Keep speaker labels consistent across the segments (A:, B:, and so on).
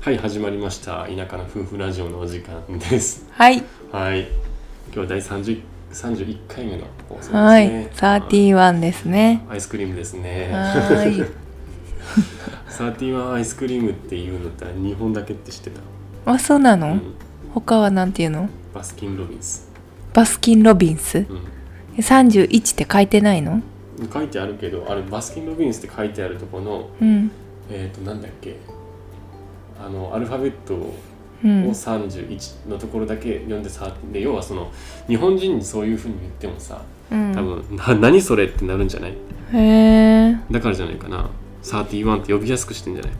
A: はい始まりました田舎の夫婦ラジオのお時間です
B: はい、
A: はい今日は第30 31回目の放送ですね
B: はい、サーテ
A: ィ
B: ィワンですね。
A: アイスクリームですね
B: は ーい、
A: サーティワンアイスクリームっていうのって日本だけって知ってた、
B: あ、そうなの、
A: うん
B: 他はなんていうの？
A: バスキンロビンス、
B: バスキンロビンス
A: う
B: 三十一って書いてないの？
A: ん、書いてあるけどあれバスキンロビンスって書いてあるとこの
B: うん、
A: えっ、となんだっけあのアルファベットを
B: うん、
A: 31のところだけ読んでさで要はその日本人にそういうふうに言ってもさ
B: うん
A: 多分、な何それってなるんじゃない
B: へえ、
A: だからじゃないかな31って呼びやすくしてんじゃないか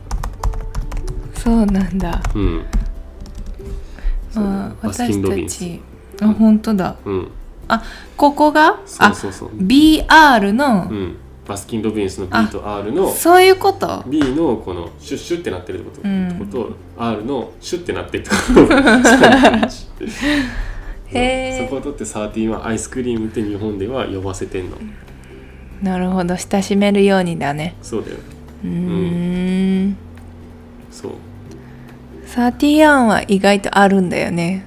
B: そうなんだ。
A: なうんそう
B: あ、
A: バスキン
B: 私
A: ロビン
B: た
A: ス
B: ち、あ、本当だ。
A: うん
B: ここが、
A: そう
B: あ、
A: そうそう
B: B R
A: う
B: の、
A: んバスキン・ロビンスの B と R の
B: そういうこと。
A: B のこのシュッシュってなってるってこと,、
B: うん
A: こと R のシュッてなってるってこと31
B: へー
A: そうそこを取って31アイスクリームって日本では呼ばせてんの
B: なるほど、親しめるようにだね。
A: そうだよ
B: うーん。
A: そう
B: サーティワンは意外とあるんだよね。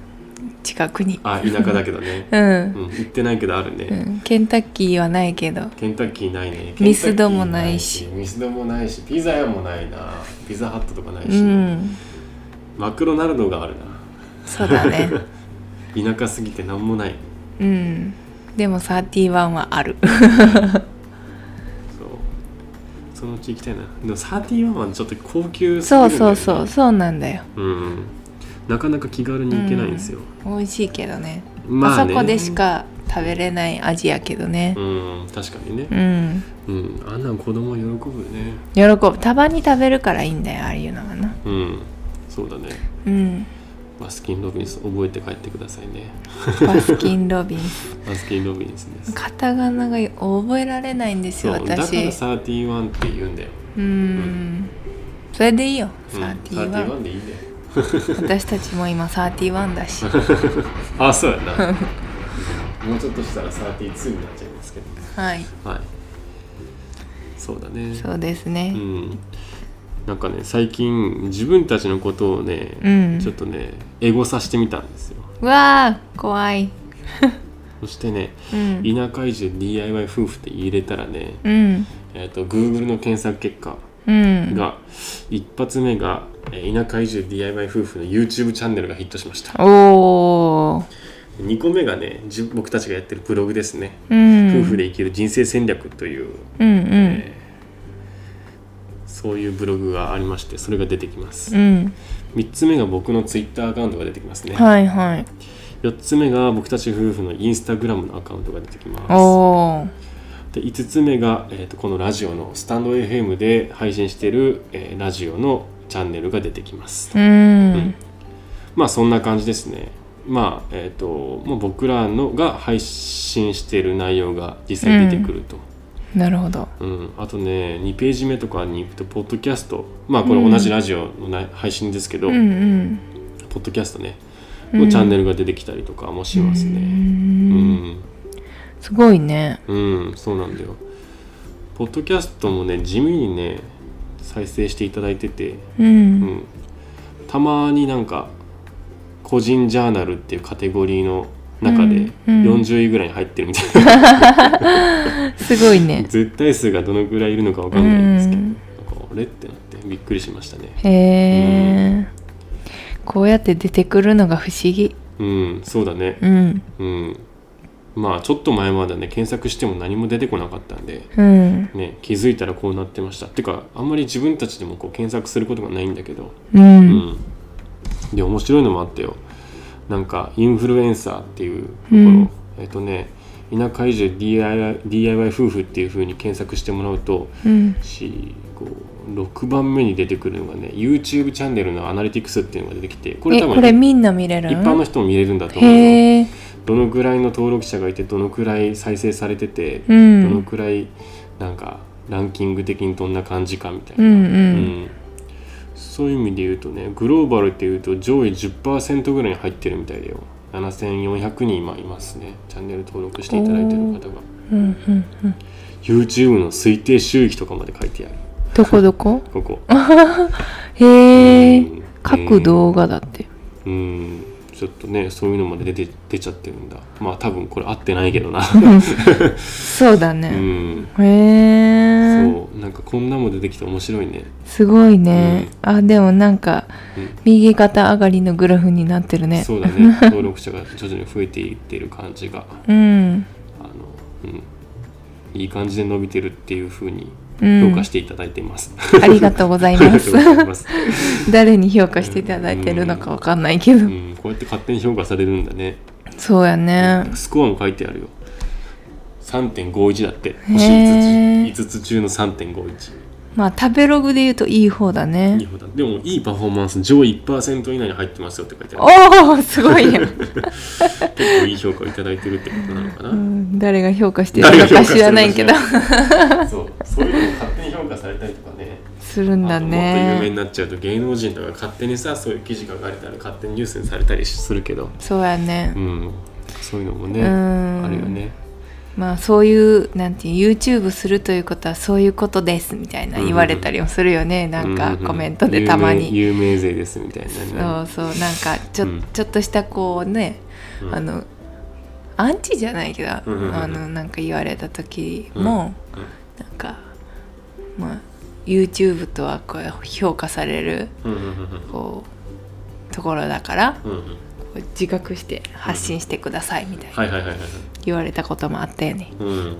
B: 近くに。、
A: あ田舎だけどね
B: うん
A: う。ん、行ってないけどあるね、
B: うん、ケンタッキーはないけど
A: ケンタッキーないね
B: ミスドもないし
A: ケンタッキーないミスドもないしピザ屋もないなピザハットとかないうし、
B: ん
A: マクロナルドがある
B: そう だね
A: な田舎すぎてなんもない
B: うんでも31は ある
A: そうそのうち行きたいなでも31はちょっと高級すぎる
B: そうん
A: だよね
B: そうそうそうなんだよ
A: うんうんなかなか気軽に行けないんですよ、
B: 美味しいけどね,、
A: まあ
B: あ
A: ね
B: そこでしか食べれない味やけどね
A: うん確かにね
B: うん、
A: うんあんなん子供喜ぶね
B: 喜ぶたまに食べるからいいんだよああいうのはな
A: うんそうだね
B: うん
A: バスキン・ロビンス覚えて帰ってくださいね
B: バスキ ンロビンス
A: バスキン・ロビンスです
B: カタカナが覚えられないんですよ
A: そうだから
B: 私
A: 31って言うんだよ
B: うんそれでいいよ
A: うん
B: 31、
A: 31でいいね
B: 私たちも今31 だし
A: あそうやな もうちょっとしたら32になっちゃいますけど
B: はい
A: はいそうだね
B: そうですね、
A: うんなんかね最近自分たちのことをね、
B: うん
A: ちょっとねエゴさしてみたんですよ
B: うわあ怖い
A: そしてね
B: うん
A: 田舎移住 DIY 夫婦って入れたらね、
B: うん
A: えー、と Google の検索結果
B: うん
A: が、一発目がえー田舎移住 DIY 夫婦の YouTube チャンネルがヒットしました
B: おお
A: 2個目がねじ僕たちがやってるブログですね、
B: うん
A: 夫婦で生きる人生戦略という
B: うんうん
A: そういうブログがありましてそれが出てきます、
B: うん
A: 3つ目が僕の Twitter アカウントが出てきますね、
B: はいはい
A: 4つ目が僕たち夫婦の Instagram のアカウントが出てきます
B: おお
A: で5つ目が、えー、とこのラジオのスタンド FM で配信してる、えーラジオのチャンネルが出てきます、
B: うん
A: まあそんな感じですねまあえっ、ともう僕らのが配信している内容が実際に出てくると、
B: なるほど
A: うん、あとね2ページ目とかに行くとポッドキャストまあこれ同じラジオのな、配信ですけど、
B: うんうん
A: ポッドキャストね
B: うん
A: のチャンネルが出てきたりとかもしますねう
B: ね
A: ん、
B: すごいね
A: うんそうなんだよポッドキャストもね地味にね再生していただいてて、う
B: う
A: んん、たまになんか個人ジャーナルっていうカテゴリーの中で
B: うんうん
A: 40位ぐらいに入ってるみ たいな、
B: すごいね
A: 絶対数がどのぐらいいるのかわかんないんですけど、なんかあれってなってびっくりしましたね
B: へえこうやって出てくるのが不思議
A: うんそうだね
B: うん
A: うんまあちょっと前までね検索しても何も出てこなかったんで
B: うん
A: ね気づいたらこうなってましたてかあんまり自分たちでもこう検索することがないんだけど
B: うん
A: うん、で面白いのもあったよなんかインフルエンサーっていうところ、
B: うん
A: えっとね田舎移住 DIY, DIY 夫婦っていう風に検索してもらうと
B: うん
A: 6番目に出てくるのがね YouTube チャンネルのアナリティクスっていうのが出てきてこれ
B: え
A: 多
B: これ
A: 分
B: みんな見れる
A: 一般の人も見れるんだと思うよ
B: へえ
A: どのくらいの登録者がいてどのくらい再生されてて、
B: う
A: どの
B: ん
A: くらいなんかランキング的にどんな感じかみたいな
B: う、
A: うんんそういう意味で言うとねグローバルっていうと上位10%ぐらいに入ってるみたいだよ7400人今いますねチャンネル登録していただいてる方が
B: うんうんうんうん
A: YouTube の推定収益とかまで書いてある
B: どこどこ
A: ここ、
B: へえ
A: うんうん
B: 各動画だって、
A: うんちょっとねそういうのまで出て出ちゃってるんだまあ多分これ合ってないけど な
B: そうだ
A: う
B: ね、
A: ん
B: へえ
A: そうなんかこんなも出てきて面白いね
B: すごいね、あでもなんか
A: うん
B: 右肩上がりのグラフになってるね
A: そうだ ね登録者が徐々に増えていっている感じが
B: うん
A: あの、うん、いい感じで伸びてるっていう風に
B: うん
A: 評価していただいています、
B: ありがとうござ い
A: あり
B: ま
A: がと
B: す
A: うございます、
B: 誰に評価していただいてるのかわかんないけ
A: う
B: ど、
A: ん、こうやって勝手に評価されるんだね
B: そうやね、
A: スコアも書いてあるよ3.51だって
B: ー
A: 星5つ ,5 つ中の3.51
B: まあ食べログで言うといい方だ
A: いい
B: ね
A: 方だでもいいパフォーマンス上位1%以内に入ってますよって書いてある
B: おおすごいやん、
A: 結構いい評価をいただいてるってことなのかな、
B: うん誰が評価してるのか知らないけど
A: 誰が評価してるのか知らないそうそういうのも勝手に評価されたりとかね
B: するんだ
A: あともっと有名
B: ね
A: になっちゃうと芸能人とか勝手にさそういう記事が書かれたら勝手にニュースにされたりするけど、
B: そうやね、
A: うん、そういうのもね、
B: うん
A: あるよね
B: まあそういうなんていう YouTube するということはそういうことですみたいな言われたりもするよね、なん
A: う
B: か
A: うう
B: コメントでたまに、
A: 有名有名勢ですみたいなね
B: そうそうなんかちょ,、
A: うん
B: ちょっとしたこうね、
A: うん
B: あのアンチじゃないけど、
A: うんうんうん
B: あのなんか言われた時も、
A: うん
B: なんかまあ YouTube とはこう評価される
A: うんうんうん
B: こうところだから
A: うんうんうん
B: こう自覚して発信してくださいみたいな
A: はいはいはいはいはい
B: 言われたこともあったよね。
A: うん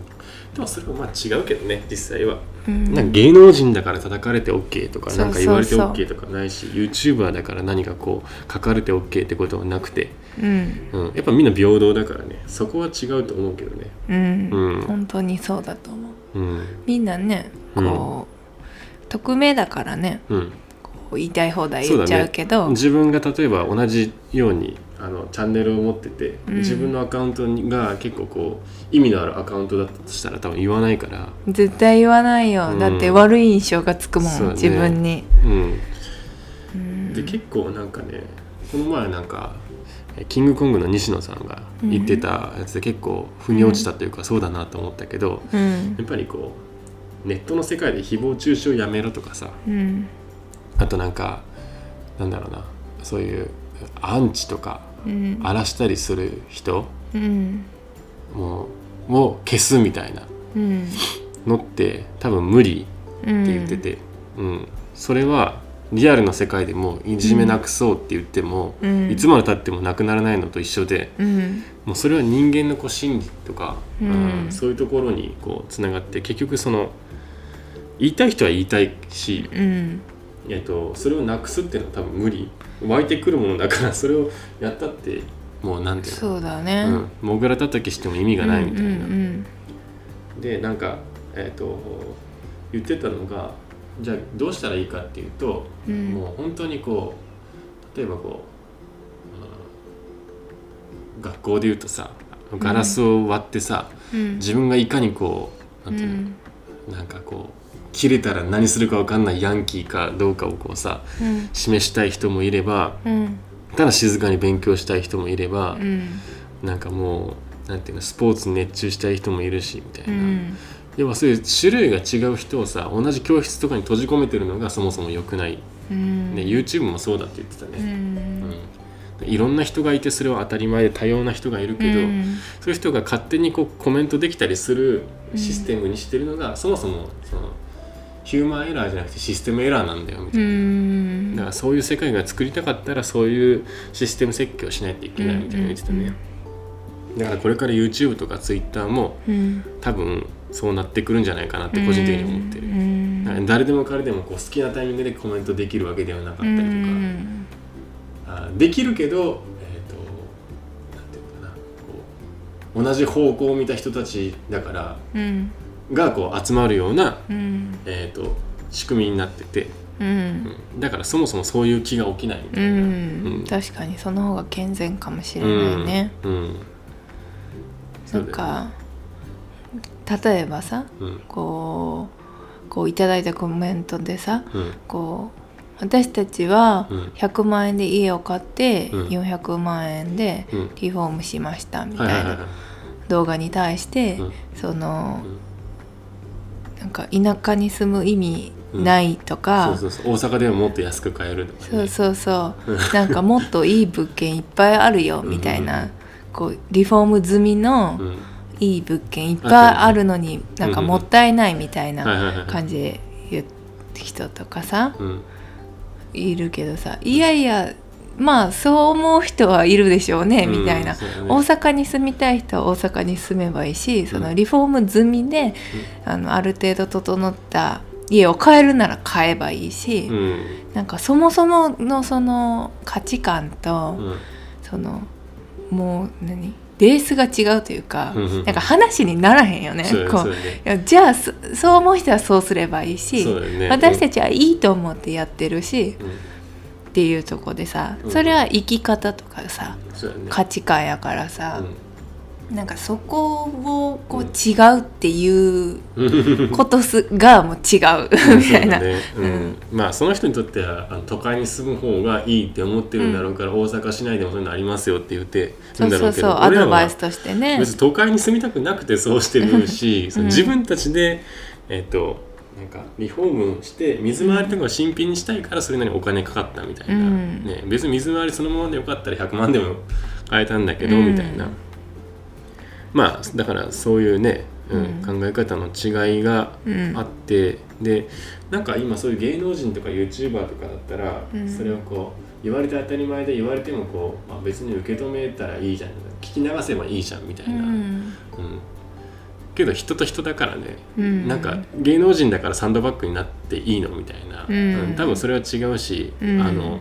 A: でもそれはまあ違うけどね実際は、
B: うん
A: なんか芸能人だから叩かれて OK とか
B: そうそうそう
A: なんか言われて OK とかないし YouTuber だから何かこう書かれて OK ってことはなくて、
B: うん
A: うん、やっぱみんな平等だからねそこは違うと思うけどね
B: うん
A: うん
B: 本当にそうだと思う
A: うん
B: みんなねこう、匿名だからね
A: うん
B: こう言いたい放題
A: そう
B: 言
A: だ
B: っちゃ
A: ね
B: うけど
A: 自分が例えば同じようにあのチャンネルを持ってて、
B: うん
A: 自分のアカウントが結構こう意味のあるアカウントだったとしたら多分言わないから、
B: 絶対言わないよ、
A: うん
B: だって悪い印象がつくも、
A: そうんだね
B: 自分に
A: うん、で結構なんかねこの前なんかえキングコングの西野さんが言ってたやつで結構腑に落ちたというか、そうだなと思ったけど
B: うん
A: やっぱりこうネットの世界で誹謗中傷やめろとかさ
B: うん
A: あとなんかなんだろうなそういうアンチとか
B: うん
A: 荒らしたりする人
B: うん
A: もうを消すみたいな
B: うん
A: のって多分無理
B: うん
A: って言ってて、うんそれはリアルの世界でもいじめなくそうって言っても、
B: うん
A: いつまでたってもなくならないのと一緒で
B: うん
A: もうそれは人間のこう心理とか、
B: うん
A: そういうところにこうつながって結局その言いたい人は言いたいし、
B: うん
A: えっと、それをなくすっていうのは多分無理湧いてくるものだからそれをやったってもうなんていうの
B: そうだね、
A: うんもぐらたたきしても意味がないみたいな。
B: うんうん
A: でなんか、えー、と言ってたのがじゃあどうしたらいいかっていうと、
B: うん
A: もう本当にこう例えばこう、うん学校で言うとさガラスを割ってさ、
B: うん
A: 自分がいかにこうなんていうの、なんかこう切れたら何するか分かんないヤンキーかどうかをこうさ
B: うん
A: 示したい人もいれば
B: うん
A: ただ静かに勉強したい人もいれば、
B: うん
A: なんかもうなんていうのスポーツに熱中したい人もいるしみたいうな。
B: ん
A: 要はそういう種類が違う人をさ同じ教室とかに閉じ込めてるのがそもそも良くない、
B: うん
A: ね YouTube もそうだって言ってた
B: う
A: ね、うん
B: ん
A: でいろんな人がいてそれは当たり前で多様な人がいるけど、
B: うん
A: そういう人が勝手にこうコメントできたりするシステムにしてるのが、そもそもそのヒューマンエラーじゃなくてシステムエラーなんだよみたいな、
B: うん
A: だからそういう世界が作りたかったらそういうシステム設計をしないといけないみたいな言ってたね、だからこれから YouTube とか Twitter も
B: うん
A: 多分そうなってくるんじゃないかなって個人的に思ってる、
B: うん
A: なんか誰でも彼でもこう好きなタイミングでコメントできるわけではなかったりとか、
B: うん
A: あできるけど、えー、となんていうのかなこう同じ方向を見た人たちだから
B: うん
A: がこう集まるような、
B: うん
A: えー、と仕組みになってて、
B: うん
A: うんだからそもそもそういう気が起きないみた
B: う
A: いな。うん
B: ん、確かにその方が健全かもしれないね、
A: うんうんそう
B: な
A: だ
B: ん
A: よ
B: か例えばさ
A: うん
B: こうこういただいたコメントでさ
A: うん
B: こう私たちは
A: うん
B: 100万円で家を買って
A: うん
B: 400万円で
A: うん
B: リフォームしましたみた
A: はいいはいはい
B: な動画に対して
A: うん
B: その
A: うん
B: なんか田舎に住む意味
A: うん
B: ないとか、
A: そうそうそう大阪ではもっと安く買えるとか、ね、
B: そうそうそう なんかもっといい物件いっぱいあるよみたいなこうリフォーム済みの
A: うん
B: いい物件いっぱいあるのになんかもったいないみたい
A: はい
B: な
A: はいはい
B: 感じで言う人とかさ
A: うん
B: いるけどさいやいやまあそう思う人はいるでしょうねみたいな
A: うんそうだね
B: 大阪に住みたい人は大阪に住めばいいしそ
A: うん
B: のリフォーム済みで、あのある程度整った家を買えるなら買えばいいし、
A: うん
B: なんかそもそものその価値観と、
A: うん
B: そのもう何ベースが違うというか、
A: うんうん
B: なんか話にならへんよね。
A: そうだね
B: こ
A: そううだね
B: いやじゃあそそう思う人はそうすればいいし、
A: そうだよね
B: 私たちはいいと思ってやってるし、
A: うん
B: っていうとこでさ
A: うん
B: それは生き方とかさ、
A: そうだね
B: 価値観やからさ、なんかそこをこ
A: う
B: うん違うっていう
A: うん
B: ことすがもう違う みたいな。
A: そうだねうんまあその人にとってはあの都会に住む方がいいって思ってるんだろうから、大阪市内でもそういうのありますよって言って
B: そ
A: るん
B: う
A: だ
B: そ
A: ろ
B: う
A: うけ
B: そう
A: ど
B: ア
A: 俺ら
B: ドバ
A: は
B: イスとしてね
A: 別に都会に住みたくなくてそうしてるし、その自分たちでえっとなんかリフォームして水回りとかを新品にしたいからそれなりにお金かかったみたいな、
B: うん
A: ね、別に水回りそのままでよかったら100万でも買えたんだけど、
B: うん
A: みたいなまあだからそういうね、うん
B: う
A: 考え方の違いが
B: うん
A: あって、でなんか今そういう芸能人とか YouTuber とかだったら、
B: うん
A: それをこう言われて当たり前で言われてもこう、まあ、別に受け止めたらいいじゃん聞き流せばいいじゃんみたいな、
B: うん
A: うんけど人と人だからね、
B: うん
A: なんか芸能人だからサンドバッグになっていいのみたいな、
B: うん
A: 多分それは違うし、
B: うん
A: あの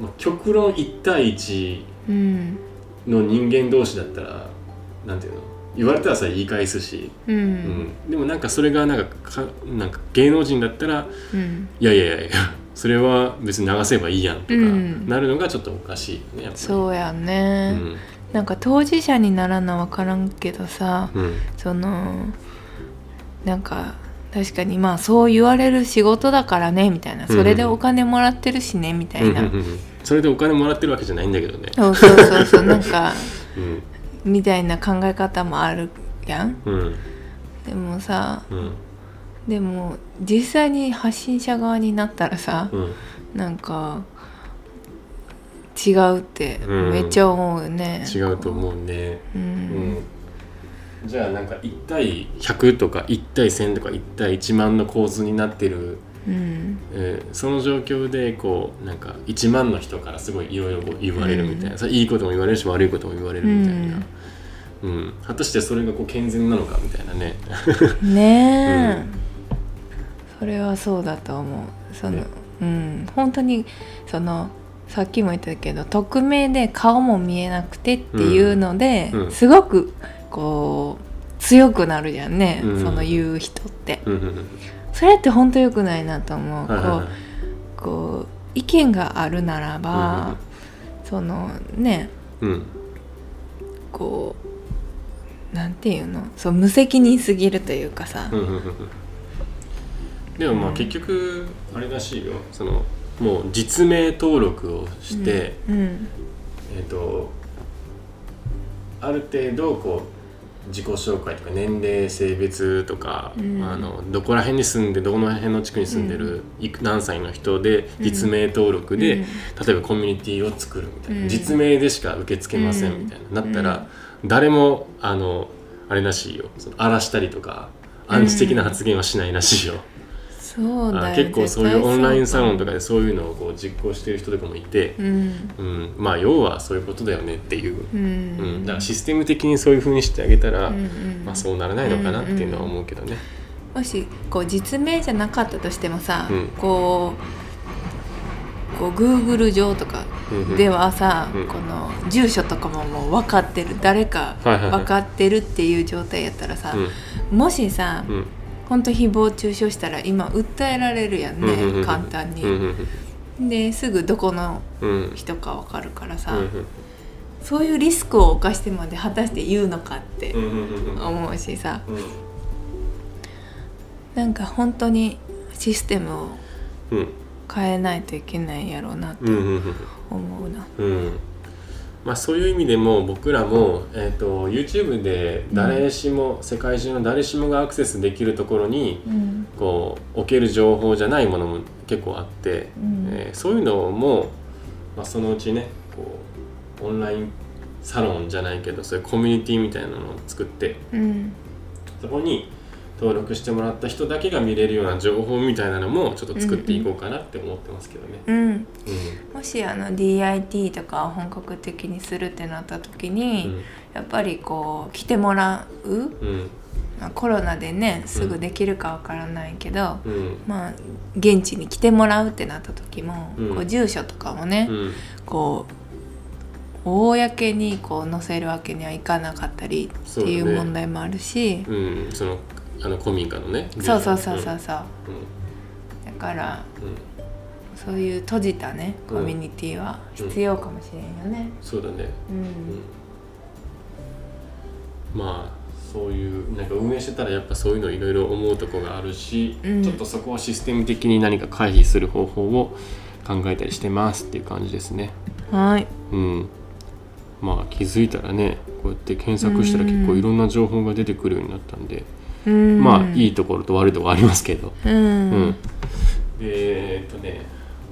A: まあ極論1対1
B: うん
A: の人間同士だったらなんていうの言われたらさ言い返すし、
B: う
A: うん
B: ん
A: でもなんかそれがなんかかなんか芸能人だったら
B: うん
A: いやいやいやいやそれは別に流せばいいやんとか、
B: うん
A: なるのがちょっとおかしいねやっぱり
B: そうやん
A: う
B: ね、
A: ん
B: なんか当事者にならなわからんけどさ
A: うん
B: そのなんか確かにまあそう言われる仕事だからねみたいなそれでお金もらってるしねみたいな、
A: うんうんうんそれでお金もらってるわけじゃないんだけどね、
B: そうそうそうそうなんか
A: うん
B: みたいな考え方もあるやん
A: うん
B: でもさ
A: うん
B: でも実際に発信者側になったらさ、
A: うん
B: なんか違うって
A: うん
B: めっちゃ思うよね、
A: 違うと思うね、
B: う
A: うんん、じゃあなんか1対100とか1対1000とか1対1万の構図になってる、
B: うん
A: えーその状況でこうなんか1万の人からすごいいろいろ言われるみたいな、
B: うん
A: それいいことも言われるし悪いことも言われるみたいな、うん果たしてそれがこう健全なのかみたいなね
B: ねえ、
A: うん
B: それはそうだと思うその、
A: ね
B: うん本当にそのさっきも言ったけど匿名で顔も見えなくてっていうので、
A: うんうん
B: すごくこう強くなるじゃんね、
A: うん
B: その言う人って
A: うんうんうん
B: それって本当良くないなと思う、
A: はいはいはい
B: こうこう意見があるならば、そのね
A: うん
B: こうなんていうのそう無責任すぎるというかさ、
A: うんうんうんうんでもまあ結局あれらしいよそのもう実名登録をして、
B: うん
A: えっとある程度こう自己紹介とか年齢性別とか、
B: うん
A: あのどこら辺に住んでどの辺の地区に住んでる、いく何歳の人で
B: うん
A: 実名登録で、
B: うん
A: 例えばコミュニティを作るみたいな、
B: うん
A: 実名でしか受け付けませんみたいな、なったら、誰もあのあれらしいよその荒らしたりとか暗示的な発言はしないらしいよ。
B: そうだ
A: あ
B: よ
A: 結構そういうオンラインサロンとか
B: か、
A: でそういうのをこう実行してる人とかもいて、
B: うん
A: うん、まあ要はそういうことだよねっていう、
B: う
A: うんん、だからシステム的にそういうふうにしてあげたら、
B: うんうん
A: まあ、そうならないのかなっていうのは思うけどね。
B: もしこう実名じゃなかったとしてもさ、
A: うん
B: こうこう Google 上とかではさ、
A: うん
B: この住所とかももう分かってる誰か
A: はいはいはい
B: 分かってるっていう状態やったらさ、
A: うん
B: もしさ、
A: うん
B: 本当誹謗中傷したら今訴えられるやんね、
A: うんうんうん
B: 簡単に、
A: うんうん
B: ですぐどこの
A: うんうん
B: 人かわかるから
A: う
B: さ、
A: んうん
B: そういうリスクを冒してまで果たして言うのかって
A: うんうんうんうん
B: 思うしさなんか本当にシステムを変えないといけないやろうなって
A: うんうんうん
B: 思うな。
A: うんまあ、そういう意味でも僕らも、えー、と YouTube で誰しも、世界中の誰しもがアクセスできるところに
B: うん
A: こう置ける情報じゃないものも結構あって、
B: うん
A: えーそういうのも、まあ、そのうちねこうオンラインサロンじゃないけどそういうコミュニティみたいなのを作って
B: うん
A: そこに登録してもらった人だけが見れるような情報みたいなのもちょっと作っていこうかなって思ってますけどね。
B: うん、
A: うん
B: もしあの DIT とかを本格的にするってなった時に、やっぱりこう来てもらう
A: うんうん
B: まあコロナでねすぐできるかわからないけど、
A: うん
B: まあ現地に来てもらうってなった時も、
A: うん
B: こう住所とかもね、
A: うん
B: こう公にこう載せるわけにはいかなかったりってい
A: そうだ
B: う
A: ね
B: 問題もあるし
A: うん、そのあの古民家のね
B: そう,、そうそうそうそう
A: うん
B: だから
A: うん
B: そういう閉じたね
A: うん
B: コミュニティは必要かもしれんよね。
A: そうだね、
B: うん
A: うん、まあそういうなんか運営してたらやっぱそういうのいろいろ思うとこがあるし、
B: うん
A: ちょっとそこはシステム的に何か回避する方法を考えたりしてますっていう感じですね
B: はい
A: うんまあ気づいたらねこうやって検索したら結構いろんな情報が出てくるようになったんで、
B: うん
A: まあいいところと悪いところありますけど
B: うん、
A: うん、でえーっとね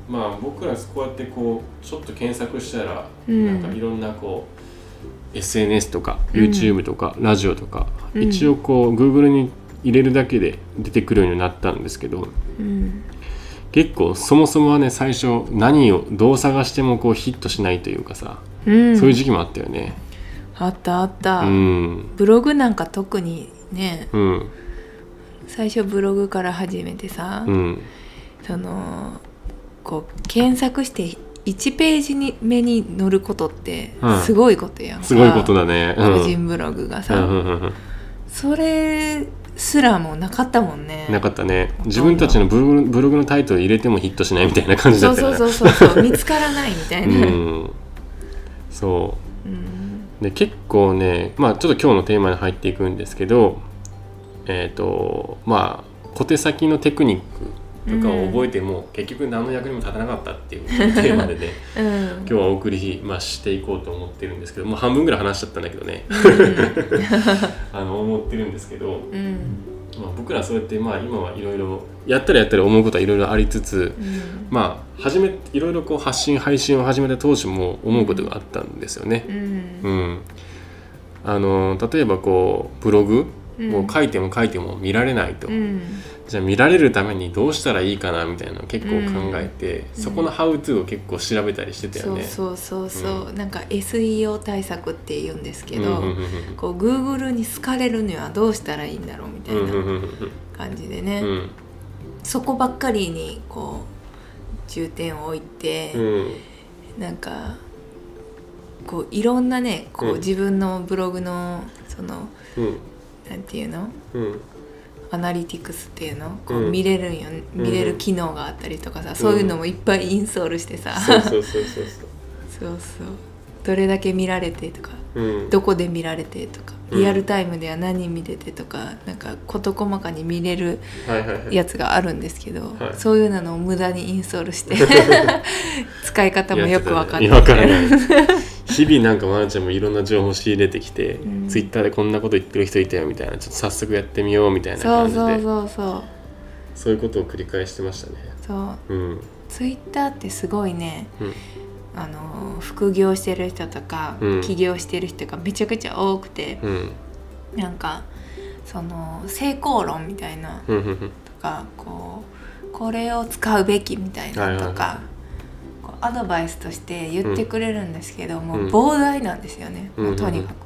A: まあ僕らこうやってこうちょっと検索したら、
B: うん
A: なんかいろんなこう SNS とか
B: うん
A: YouTube とか、ラジオとか、
B: うん
A: 一応こう Google に入れるだけで出てくるようになったんですけど
B: うん
A: 結構そもそもはね最初何をどう探してもこうヒットしないというかさ、
B: うん
A: そういう時期もあったよね。
B: あったあった、
A: うん
B: ブログなんか特にね
A: うん
B: 最初ブログから始めてさ、
A: うん
B: そのこう検索して1ページに目に載ることって
A: うん
B: すごいことやんか、
A: すごいことだね。うん
B: 個人ブログが
A: う
B: さ、
A: んうんうんうん
B: それすらもなかったもんね
A: なかったね自分たちのブログブログのタイトル入れてもヒットしないみたいな感じだ
B: そ
A: っ
B: う
A: たよ
B: そう
A: ね
B: そうそうそう見つからないみたいな、うん
A: うん、そうで結構ね、まあ、ちょっと今日のテーマに入っていくんですけどえっ、とまあ小手先のテクニックとかを覚えても、結局何の役にも立たなかったっていうテーマでね
B: うん
A: 今日はお送り、まあ、していこうと思ってるんですけどもう半分ぐらい話しちゃったんだけどね あの思ってるんですけど、
B: うんうん
A: まあ、僕らそうやってまあ今はいろいろやったらやったら思うことはいろいろありつつ、
B: うん
A: まあ始めいろいろこう発信配信を始めた当初も思うことがあったんですよね。
B: うん
A: うん、あの例えばこうブログ
B: うん
A: を書いても書いても見られないと、
B: うん
A: じゃあ見られるためにどうしたらいいかなみたいなのを結構考えて、
B: うん
A: そこの「How to」を結構調べたりしてたよ
B: そう
A: ね。
B: そうそうそう、なんか SEO 対策って言うんですけど、
A: うんうんうん
B: こう Google に好かれるにはどうしたらいいんだろうみたい
A: うんうんうん
B: な
A: うん
B: 感じでね、
A: うんうん
B: そこばっかりにこう重点を置いて、
A: うん
B: なんかこういろんなねこう、
A: うん
B: 自分のブログのその
A: うん
B: なんていうの
A: うん
B: アナリティクスっていうのこう
A: うん
B: 見れるんよ、
A: ん
B: 見れる機能があったりとかさ、そういうのもいっぱいインストールしてさ、
A: そう
B: そう
A: そうそうそうそう
B: そうどれだけ見られてとか
A: うん
B: どこで見られてとか
A: うん
B: リアルタイムでは何人見れてとか、なんか事細かに見れる
A: はいはいはい
B: やつがあるんですけど、
A: はい
B: そういうのを無駄にインストールして 使い方もよく分かって
A: やってたねいやわからない日々なんかまなちゃんもいろんな情報仕入れてきて、
B: うん
A: ツイッターでこんなこと言ってる人いたよみたいなちょっと早速やってみようみたいな
B: そ
A: 感
B: う
A: じで
B: そうそうそう
A: そういうことを繰り返してましたね
B: そう
A: うん
B: ツイッターってすごいね
A: うん
B: あの副業してる人とか、
A: うん
B: 起業してる人がめちゃくちゃ多くて、
A: うん
B: なんかその成功論みたいな
A: うんうん
B: とかこうこれを使うべきみたいな
A: は
B: と
A: いはいは
B: か、こうアドバイスとして言ってくれるんですけど、も
A: うん
B: う膨大なんですよね、
A: うん
B: もうとにかく。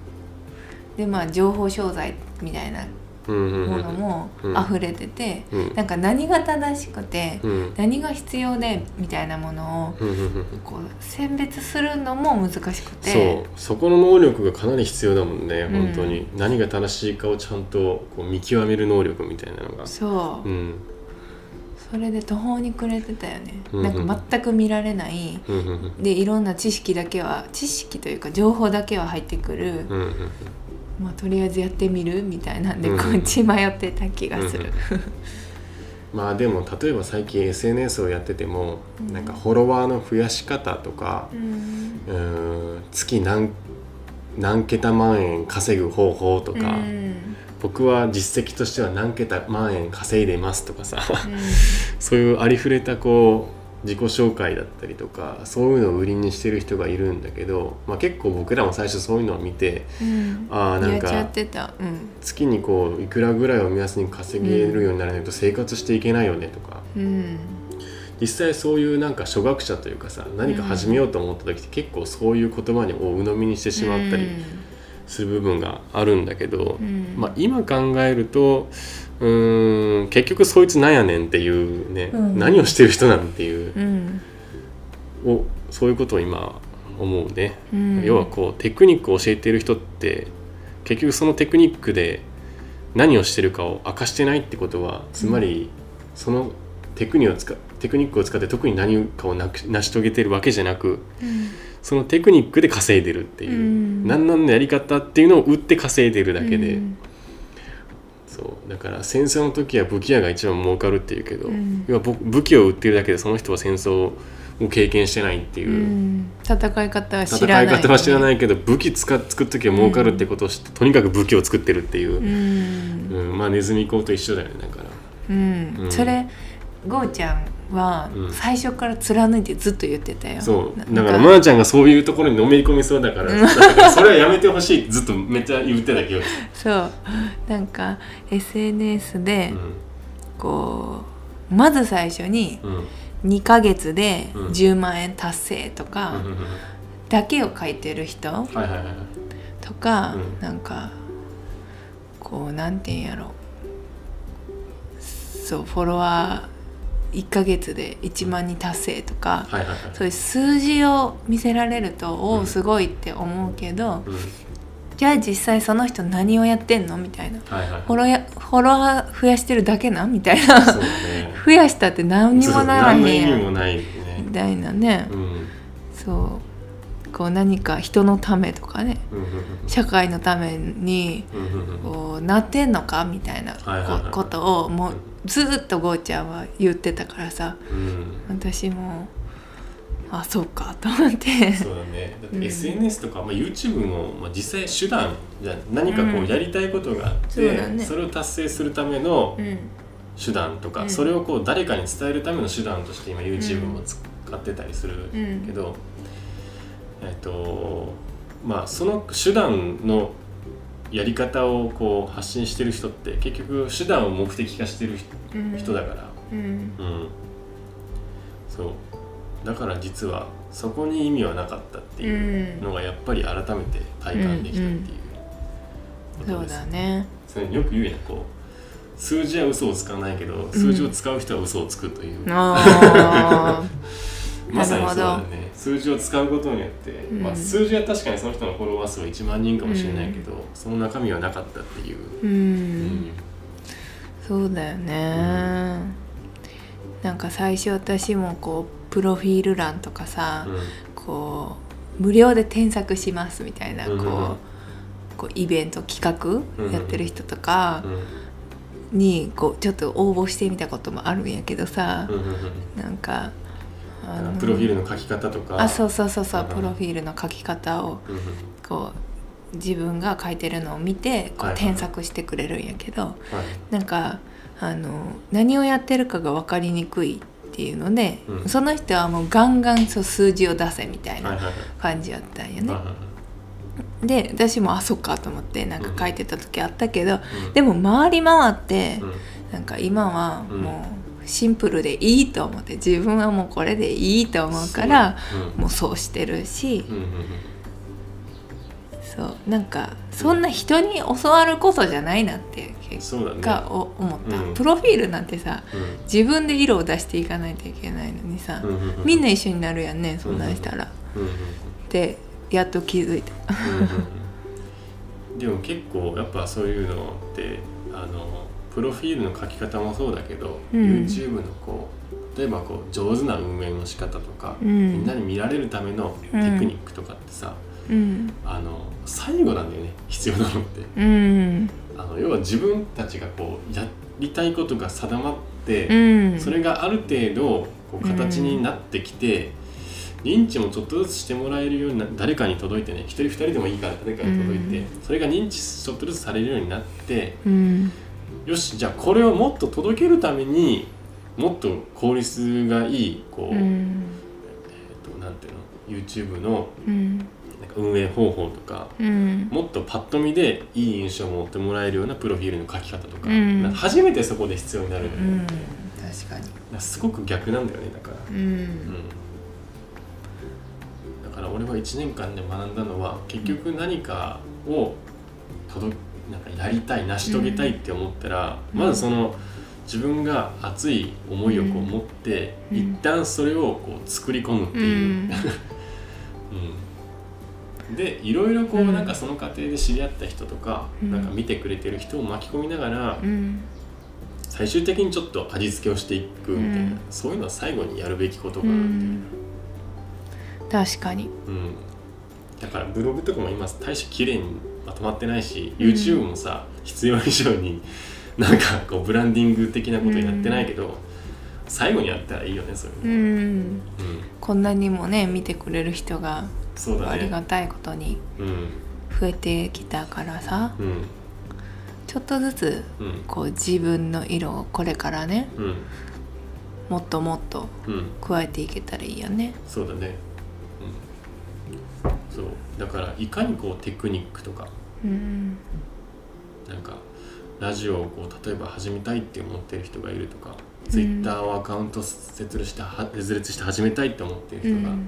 B: でまあ情報商材みたいな
A: うんうんう
B: も
A: ん
B: のも
A: うん
B: 溢れてて、
A: うん
B: なんか何が正しくて、
A: うん
B: 何が必要でみたいなもの
A: う
B: を
A: んうんうん
B: こう選別するのも難しく
A: そ
B: て
A: うそこの能力がかなり必要だもんね
B: うん
A: 本当に、何が正しいかをちゃんとこう見極める能力みたいなのが
B: そう
A: うん
B: それで途方に暮れてたよね、
A: うんうん
B: なんか全く見られない
A: うんうんうん
B: でいろんな知識だけは知識というか情報だけは入ってくる、
A: うんうん
B: まあ、とりあえずやってみるみたいなんで
A: うん
B: こっち迷ってた気がする、
A: まあでも例えば最近 SNS をやってても、
B: うん
A: なんかフォロワーの増やし方とか、
B: うん
A: うーん月何何桁万円稼ぐ方法とか、
B: うん
A: 僕は実績としては何桁万円稼いでますとかさ、
B: うん
A: そういうありふれたこう自己紹介だったりとかそういうのを売りにしてる人がいるんだけど、まあ、結構僕らも最初そういうのを見て
B: うん
A: ああなん
B: やっちゃ
A: か
B: ってたうん
A: 月にこういくらぐらいを目安に稼げるようにならないと生活していけないよねとか、
B: うん
A: 実際そういうなんか初学者というかさ何か始めようと思った時って結構そういう言葉にを鵜呑みにしてしまったりする部分があるんだけど、
B: うん
A: まあ、今考えるとうーん結局そいつなんやねんっていうね、
B: うん
A: 何をしてる人なんていう
B: うん
A: をそういうことを今思うね、
B: うん
A: 要はこうテクニックを教えている人って結局そのテクニックで何をしてるかを明かしてないってことはつまりそのテクニックを使テクニックを使って特に何かをなく成し遂げてるわけじゃなく
B: うん
A: そのテクニックで稼いでるっていう、
B: うん
A: 何なんのやり方っていうのを打って稼いでるだけで、
B: うん
A: そうだから戦争の時は武器屋が一番儲かるっていうけど、
B: うん
A: 要はぼ武器を売ってるだけでその人は戦争を経験してないっていう。
B: うん戦い方は知ら
A: 戦
B: ない
A: い方は知らないいけど武器使っ作っときゃ儲かるってことを知って、とにかく武器を作ってるっていうう、
B: ん
A: うんまあネズミ講と一緒だよねだから
B: うん、
A: うん
B: それゴーちゃんは
A: うん
B: 最初から貫いてずっと言ってたよ、
A: そうだから愛菜ちゃんがそういうところにのめり込みそうだからだからそれはやめてほしいずっとめっちゃ言ってたけど、
B: そうなんか SNS で
A: う
B: こうまず最初に
A: んうん
B: 2ヶ月で
A: うん
B: 10万円達成と
A: うん
B: か
A: うんうん
B: だけを書いてる人
A: はいはいはいはい
B: とか、
A: うん
B: なんかこうなんて言うんやろそうフォロワー1ヶ月で1万人達成とか、
A: はいはいはい
B: そういう数字を見せられるとお
A: う
B: お
A: ん
B: すごいって思うけど、
A: うん
B: じゃあ実際その人何をやってんのみたいな
A: はいはい
B: フォロやフォロワー増やしてるだけなみたいな
A: そうね
B: 増やしたって何にもならへ
A: そう何
B: ん
A: の意
B: や
A: 味も
B: ん
A: ないね、
B: みたいなね、
A: うんうん
B: そうこう何か人のためとかね
A: うんうん
B: 社会のために
A: うんうんうんうん
B: こうなってんのかみたいなこ,、
A: はいはいはい
B: ことをもうずーっとゴーちゃんは言ってたからさ
A: うん
B: 私もあそうかと思って
A: そうだねだっ
B: う
A: て
B: ん
A: SNS とか、まあ、YouTube も、まあ、実際手段じゃん何かこ
B: うん
A: うやりたいことがあって、
B: そうだね
A: それを達成するための
B: うん
A: 手段とか、
B: うん
A: それをこう誰かに伝えるための手段として今 YouTube も使ってたりする
B: うん
A: けど、えっとまあその手段のやり方をこう発信してる人って結局手段を目的化してる人
B: うん
A: 人だから、
B: うん
A: うん、そうだから実はそこに意味はなかったっていうのがやっぱり改めて体感できたっていうこと
B: そう
A: です、
B: だね
A: それよく言うやんこう数字は嘘をつかないけど数字を使う人は嘘をつくという、
B: あー
A: まさにそう
B: な
A: だ
B: るほど
A: ね数字を使うことによって、
B: ん
A: まあ、数字は確かにその人のフォロワー数は1万人かもしれないけど、その中身はなかったっていう、
B: う
A: うん
B: そうだよね、なんか最初私もこうプロフィール欄とかさ、
A: うん
B: こう無料で添削しますみたいな、
A: うんうんうん
B: こうこうイベント企
A: うんう
B: 画
A: ん
B: やってる人とか
A: うん
B: にこうちょっと応募してみたこともあるんやけどさ、
A: うんうん
B: なんかあ
A: うん
B: の
A: プロフィールの書き方とか
B: あそうそうそうそう
A: うんうん
B: プロフィールの書き方を
A: うんうん
B: こう自分が書いてるのを見てこ
A: はいうはい
B: 添削してくれるんやけど、
A: はい
B: なんかあの何をやってるかが分かりにくいっていうので、
A: うん
B: その人はもうガンガンそう数字を出せみたい
A: はい
B: な
A: はいはい
B: 感じやったんよね。
A: はいはい
B: で私もあそっかと思ってなんか書いてた時あったけど、
A: うん
B: でも回り回って、
A: うん
B: なんか今はもうシンプルでいいと思って自分はもうこれでいいと思うから
A: すごい
B: もうそうしてるし、
A: うんうんうんうん
B: そうなんかそんな人に教わることじゃないなって結
A: そうだね
B: 果を思った、
A: うん
B: プロフィールなんてさ自分で色を出していかないといけないのにさ、
A: うんうんうんうん
B: みんな一緒になるやんねそんなんしたら、
A: うんうんうん
B: でやっと気づいた
A: うんうんでも結構やっぱそういうのってあのプロフィールの書き方もそうだけど、
B: うん
A: YouTube のこう例えばこう上手な運営の仕方とか、
B: うん
A: みんなに見られるためのテクニックとかってさ、
B: うん
A: あの最後なんだよね必要なのって
B: うん
A: あの要は自分たちがこうやりたいことが定まって、
B: うん
A: それがある程度こう形になってきて、認知もちょっとずつしてもらえるようにな誰かに届いてね一人二人でもいいから誰かに届いて、
B: うん
A: それが認知ちょっとずつされるようになって
B: うん
A: よしじゃあこれをもっと届けるためにもっと効率がいいこう、
B: う
A: えっ
B: ん
A: となんていうの YouTube の
B: うん
A: なんか運営方法とか
B: うん
A: もっとパッと見でいい印象を持ってもらえるようなプロフィールの書き方とか、
B: うん
A: なんか初めてそこで必要になるのよ、
B: う
A: なん
B: ん
C: 確かに
A: かすごく逆なんだよねだから。
B: うん
A: だから俺は1年間で学んだのは結局何かを届なんかやりたい成し遂げたいって思ったら、
B: うん
A: まずその自分が熱い思いをこう
B: うん
A: 持って、
B: うん
A: 一旦それをこう作り込むっていう。うんでいろいろこう
B: うん
A: なんかその過程で知り合った人とか、
B: うん
A: なんか見てくれてる人を巻き込みながら、
B: うん
A: 最終的にちょっと味付けをしていくみたいな、
B: うん
A: そういうのは最後にやるべきことか
B: う
A: なって
B: ん確かに
A: うん、だからブログとかも今大して綺麗にまとまってないし、
B: うん
A: YouTube もさ必要以上になんかこうブランディング的なことになってないけど、最後にやったらいいよねそれ
B: う
A: ね、
B: ん
A: うん
B: こんなにもね見てくれる人が
A: そうだ
B: あり
A: ね
B: がたいことに
A: うん
B: 増えてきたからさ
A: うん
B: ちょっとずつ
A: うん
B: こう自分の色をこれからね
A: うん
B: もっともっと
A: うん
B: 加えていけたらいいよね。
A: そうだねうんそうだからいかにこうテクニックとか
B: うん
A: なんかラジオをこう例えば始めたいって思ってる人がいるとか、
B: ん
A: Twitter をアカウント設立しては設立して始めたいって思ってる
B: う
A: 人が、
B: ん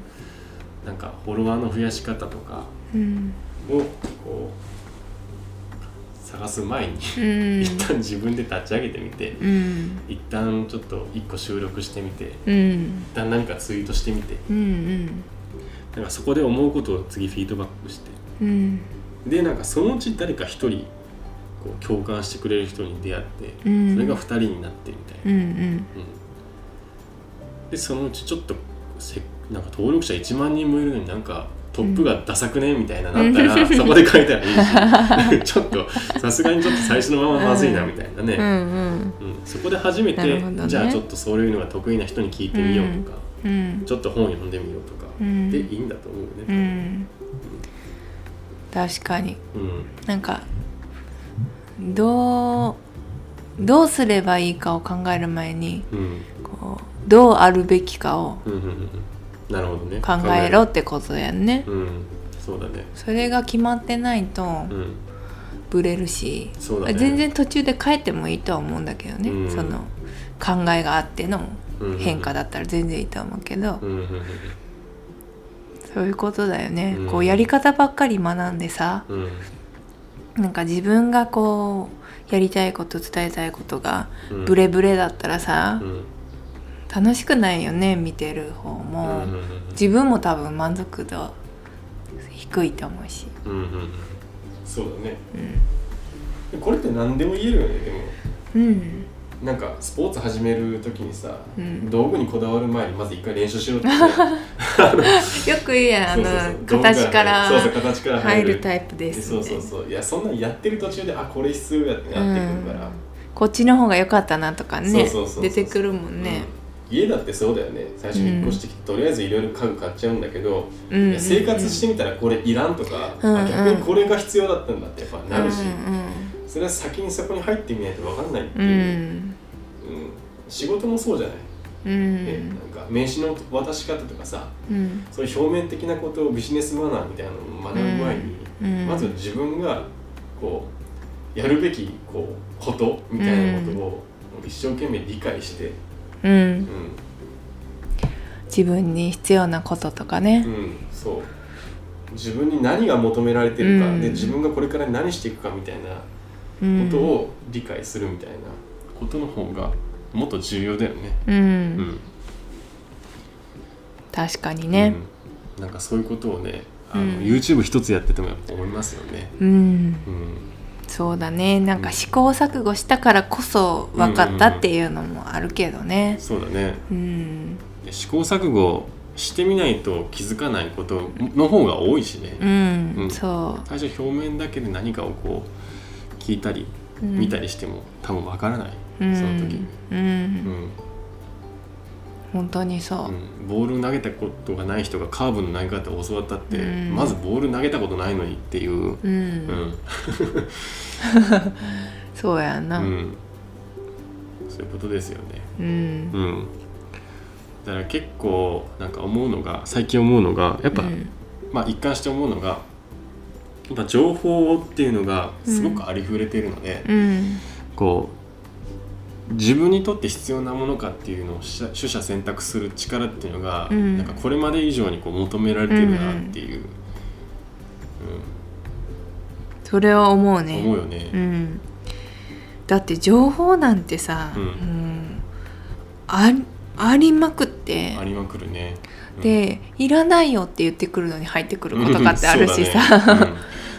A: なんかフォロワーの増やし方とか
B: うん
A: をこう探す前に
B: うん
A: 一旦自分で立ち上げてみて
B: うん
A: 一旦ちょっと一個収録してみて
B: うん
A: 一旦何かツイートしてみて
B: うん
A: なんかそこで思うことを次フィードバックして
B: うん
A: でなんかそのうち誰か一人こう共感してくれる人に出会って
B: う
A: そ
B: ん
A: れが二人になってみたい
B: うんう
A: な、
B: ん
A: うんでそのうちちょっとせなんか登録者1万人もいるのになんかトップがダサくねみたいななったら、そこで書いたらいいしちょっとさすがにちょっと最初のまままずいなみたいなね、
B: うんうん
A: うんそこで初め
B: なる
A: て、
B: ほどね
A: じゃあちょっとそういうのが得意な人に聞いてみようとか、
B: うん
A: ちょっと本読んでみようとか、
B: うん
A: でいいんだと思うよ
B: う
A: ね。
B: ん確かに
A: うん
B: なんかどうどうすればいいかを考える前に
A: うん
B: こうどうあるべきかを
A: うんうんうんなるほどね
B: 考えろってことやんね。
A: うんそうだね
B: それが決まってないと
A: うん
B: ブレるし、
A: そうだね
B: 全然途中で帰ってもいいとは思うんだけどね、
A: うん
B: その考えがあっての
A: うん
B: 変化だったら全然いいと思うけど、
A: うんうんうん
B: そういうことだよね、
A: うん
B: こうやり方ばっかり学んでさ
A: うん
B: なんか自分がこうやりたいこと伝えたいことが
A: うん
B: ブレブレだったらさ、
A: うん
B: 楽しくないよね見てる方も、
A: うんうんうん
B: 自分も多分満足度低いと思うし、
A: うんうんうんそうだね
B: うん、
A: これって何でも言えるよねでも
B: うん
A: なんかスポーツ始める時にさ、
B: うん
A: 道具にこだわる前にまず一回練習し ろってあの
B: よく言うやんあの
A: そうそうそう
B: 形から
A: そうそう形から
B: 入
A: 入る
B: るタイプです
A: そうそうそういやそんなんやってる途中であこれ必要やってなってくるから、
B: こっちの方が良かったなとかね
A: そうそうそうそう
B: 出てくるもんね、
A: うん家だってそうだよね最初に引っ越してきて、とりあえずいろいろ家具買っちゃうんだけど、
B: うんうんうん
A: いや生活してみたらこれいらんとか、
B: うんうん
A: あ逆にこれが必要だったんだってやっぱなるし、
B: う
A: それは先にそこに入ってみないと分かんないって
B: んう
A: いう、
B: ん
A: うん仕事もそうじゃない
B: うんう
A: ねなん
B: ん
A: か名刺の渡し方とかさ
B: うん
A: そういう表面的なことをビジネスマナーみたいなのを学ぶ前に、
B: うん
A: まず自分がこうやるべきこうことみたいなことを一生懸命理解して、
B: うん
A: う
B: 自分に必要なこととかね
A: んうん、そう自分に何が求められてるか、
B: うん
A: で自分がこれから何していくかみたいな
B: うん
A: ことを理解するみたいなことの方がもっと重要だよね。
B: うん、
A: うん
B: 確かにね
A: うんなんかそういうことをねあの、
B: うん
A: YouTube 一つやっててもやっぱ思いますよね。
B: うん、
A: うん
B: そうだねなんか試行錯誤したからこそ分かったっていうのもあるけどね
A: そうだね
B: うん
A: で試行錯誤してみないと気づかないことの方が多いしね、
B: うん、
A: うん
B: そ
A: 最初表面だけで何かをこう聞いたり
B: う、うん、
A: 見たりしても多分わからない、
B: うん
A: その時に
B: うん、
A: うん
B: 本当にそう、
A: うんボール投げたことがない人がカーブの投げ方を教わったって、
B: うん
A: まずボール投げたことないのにっていう、
B: うん
A: うん
B: そうやんな
A: う
B: うん、
A: んそういうことですよね。うん、だから結構なんか思うのが最近思うのがやっぱ、
B: うん
A: まあ、一貫して思うのがやっぱ情報っていうのがすごくありふれてるので、
B: うん
A: こう自分にとって必要なものかっていうのを取捨取捨選択する力っていうのが、
B: うん
A: なんかこれまで以上にこう求められてるなっていう、
B: それは思うね
A: 思うよね。
B: うん、だって情報なんてさ、
A: うん
B: もうあありまくって
A: ありまくるね。うん
B: でいらないよって言ってくるのに入ってくることかってあるしさ、
A: うんそうだねうん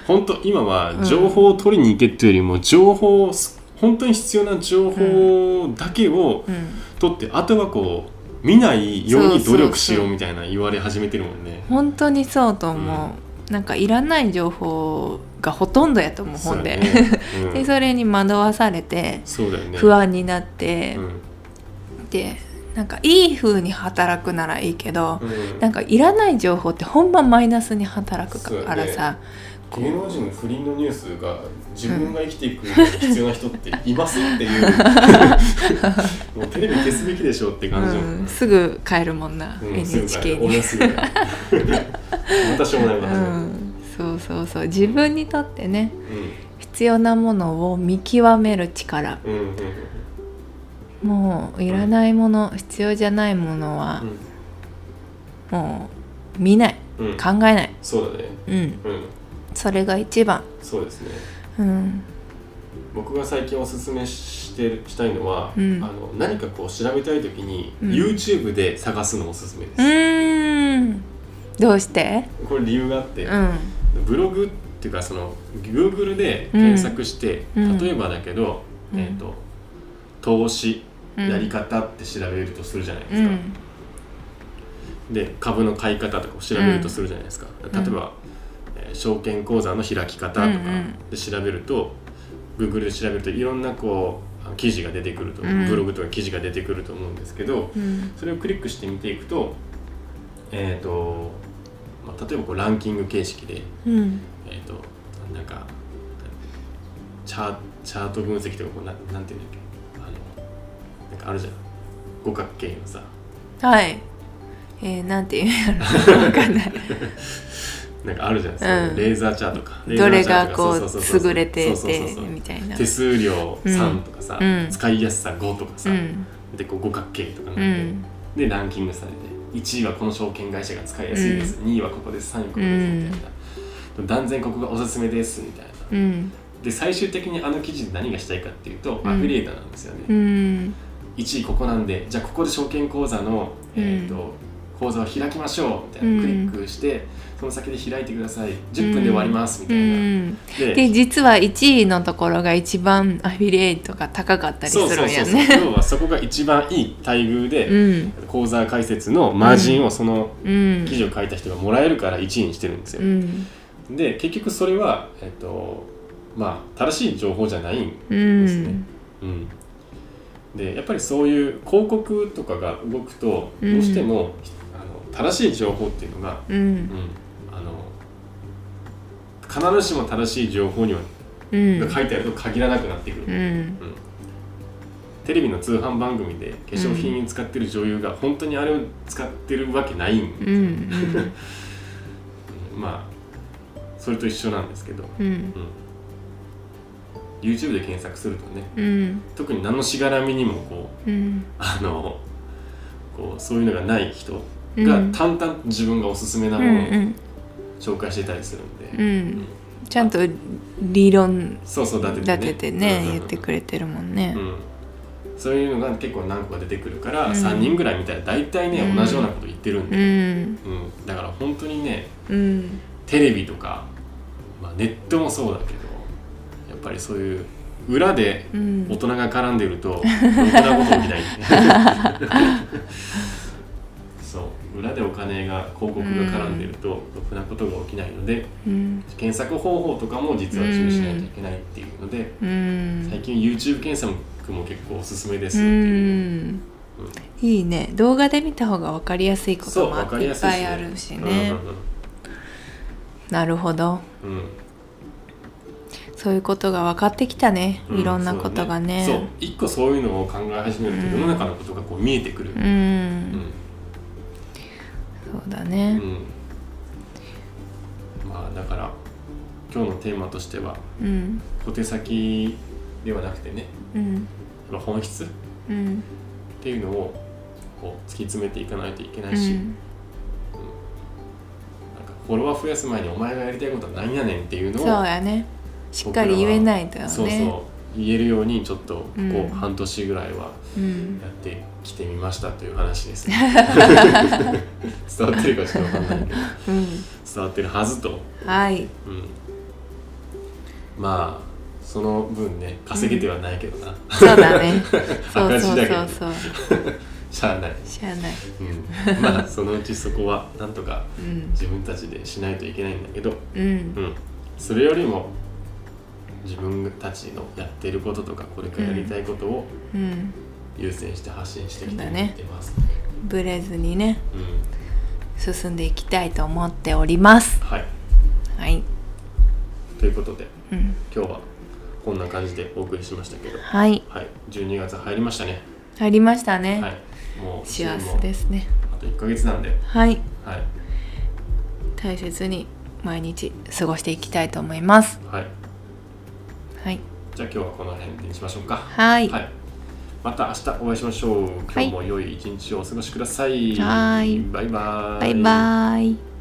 A: 本当今は情報を取りに行けっていうよりも情報をす本当に必要な情報だけを
B: うん
A: 取って、あとはこう見ないように努力し
B: そうそ
A: よ
B: うそうう
A: みたいな言われ始めてるもんね。
B: 本当にそうと思う、なんかいらない情報がほとんどやと思う
A: そう
B: 本
A: だ
B: で
A: よねうん
B: でそれに惑わされて
A: そうだよね。
B: 不安になって
A: うん、、
B: でなんかいい風に働くならいいけど、
A: うん
B: なんかいらない情報ってほんまマイナスに働くか
A: そ
B: ら
A: うや
B: さ、こう
A: 芸能人の不倫のニュースが自分が生きていく上で必要な人っていますって いうもうテレビ消すべきでしょって感じだもんね
B: うん、すぐ帰るもんな、
A: うんすぐ帰
B: NHK
A: る
B: に、
A: 俺はすぐ帰るまたしょうもないこと
B: う
A: 始める
B: ん、そうそうそう自分にとってね必要なものを見極める力
A: うんうんうん
B: もういらないもの、必要じゃないものはもう見ない
A: うんうん
B: 考えない、
A: そうだね
B: うん、
A: うん
B: それが一番、
A: そうですね
B: うん、
A: 僕が最近おすすめしてるしたいのは、
B: うん
A: あの何かこう調べたい時に、
B: うん
A: YouTube で探すのおすすめで
B: う
A: す、
B: ーんどうして
A: これ理由があって、
B: うん
A: ブログっていうかその Google で検索して、
B: うん
A: 例えばだけど、
B: うん
A: えー、と投資
B: うん
A: やり方って調べるとするじゃないで
B: う
A: すか、
B: ん
A: で株の買い方とかを調べるとするじゃないですか、
B: ん
A: 例えば、えー証券口座の開き方とか
B: うんうん
A: で調べると、Google で調べるといろんなこう記事が出てくると、
B: うん
A: ブログとか記事が出てくると思うんですけど
B: うん
A: それをクリックして見ていくとえっ、と、まあ、例えばこうランキング形式で
B: うん
A: えっ、となんかチャーチャート分析とかこうななんていうんだっけあのなんかあるじゃん五角形のさ
B: はいえー、なんて言うんやろ わかんない
A: なんかあるじゃないです
B: うん
A: か、レーザーチャートかレーザ
B: ど
A: ー
B: れ
A: チャー
B: が
A: ト
B: こ
A: そうそうそうそう
B: 優れて
A: そうそう
B: て
A: そうそう
B: みたいな
A: 手数料
B: うん
A: 3とかさ、
B: うん
A: 使いやすさ5とかさ、
B: うん
A: でこう五角形とかなん
B: う
A: で,、
B: ん
A: でランキングされて1位はこの証券会社が使いやすいです、2位はここです3位はここですみたいな、断然ここがおすすめですみたいな
B: うん
A: で最終的にあの記事で何がしたいかっていうと、
B: うん
A: アフィリエイターなんですよね、
B: うん
A: 1位ここなんでじゃあここで証券口座の、
B: うん
A: えー、と口座を開きましょうみたいな、
B: うん
A: クリックしてその先で開いてください10分で終わりますみた
B: う
A: いな、
B: ん
A: で
B: で実は1位のところが一番アフィリエイトが高かったりす
A: そうそ
B: る
A: うんそ
B: や
A: うそう
B: ね
A: 要はそこが一番いい待遇で、
B: うん
A: 口座開設のマージンをその
B: うん
A: 記事を書いた人がもらえるから1位にしてるんですよ
B: う、ん
A: で結局それは、えっとまあ、正しい情報じゃないん
B: う
A: ですね
B: ん
A: うん、でやっぱりそういう広告とかが動くと
B: うん
A: どうしても、あの正しい情報っていうのが、
B: う
A: うんん、あの必ずしも正しい情報には
B: うん
A: が書いてあると限らなくなってくる、
B: うん
A: テレビの通販番組で化粧品に使ってる女優が本当にあれを使ってるわけないん、
B: うんうん
A: まあそれと一緒なんですけど、
B: うん
A: YouTube で検索するとね
B: うん
A: 特に何のしがらみにもこう
B: うん
A: あのこうそういうのがない人が
B: うん
A: 淡々と自分がおすすめな
B: う
A: ものを
B: ん
A: 紹介してたりするんで、
B: うんちゃんと理論
A: そうそうだって
B: 立ててね
A: うんうんうん
B: 言ってくれてるもんね
A: うんそういうのが結構何個か出てくるから、
B: うん
A: 3人ぐらい見たら大体ね、
B: うん
A: 同じようなこと言ってるん
B: う
A: で、
B: ん
A: うんだから本当にね
B: うん
A: テレビとか、まあ、ネットもそうだけどやっぱりそういう裏で
B: うん
A: 大人が絡んでるとろくなこと 起きないそう裏でお金が広告が絡んでるとろくなことが起きないので、
B: うん
A: 検索方法とかも実は注意しないといけないっていうので、
B: うん
A: 最近 YouTube 検索クも結構おすすめで
B: う
A: すっていう、
B: ん
A: うん
B: いいね動画で見た方が分かりやすいこ
A: そ
B: と
A: う
B: も
A: わかり
B: い
A: や
B: っ
A: すい
B: ぱ
A: し
B: い
A: ね
B: あるしねなるほど
A: うんうんうんうん
B: そういうことが分かってきたね、
A: うん
B: いろんなことがね
A: そう一個そういうのを考え始めると
B: うん
A: 世の中のことがこう見えてくる、
B: う
A: うんん
B: そうだ
A: う
B: ね
A: んまあだから今日のテーマとしては
B: うん
A: 小手先ではなくてね
B: うん
A: その本質っ
B: うん
A: ていうのをこう突き詰めていかないといけな
B: う
A: いし、
B: ん
A: なんかフォロワー増やす前にお前がやりたいことは何やねんっていうの
B: そう
A: を
B: やねしっかり言えないとよね
A: そうそう言えるようにちょっとこ
B: うん
A: う半年ぐらいは
B: うん
A: やってきてみましたという話です、 ね伝わってるかちょっとわかんないけど
B: うん
A: 伝わってるはずと、
B: はい
A: うん、まあその分ね稼げてはないけどな、
B: そう だねそう
A: 赤
B: そ
A: 字
B: う
A: だけ
B: そ
A: ど
B: うそう
A: しゃあない、
B: しゃあない
A: うん、まあそのうちそこはなんとか
B: うん
A: 自分たちでしないといけないんだけど、
B: うん
A: うん、それよりも自分たちのやってることとかこれからやりたいことを
B: うん
A: 優先して発信していきたいと
B: そうだね
A: 思ってます、
B: ブレずにね
A: うん、
B: 進んでいきたいと思っております
A: はい
B: はい、
A: ということで
B: うん、
A: 今日はこんな感じでお送りしましたけど
B: はい
A: はい12月入りましたね
B: 入りましたね、
A: はいもう
B: 幸せですすね
A: あと1ヶ月なんで
B: はい
A: はい
B: 大切に毎日過ごしていきたいと思います
A: はい
B: はい
A: じゃあ今日はこの辺でにしましょうか
B: はい
A: はい、また明日お会いしましょう今
B: い
A: 日も良い一日をお過ごしください、
B: はい
A: バイバ
B: バイバイ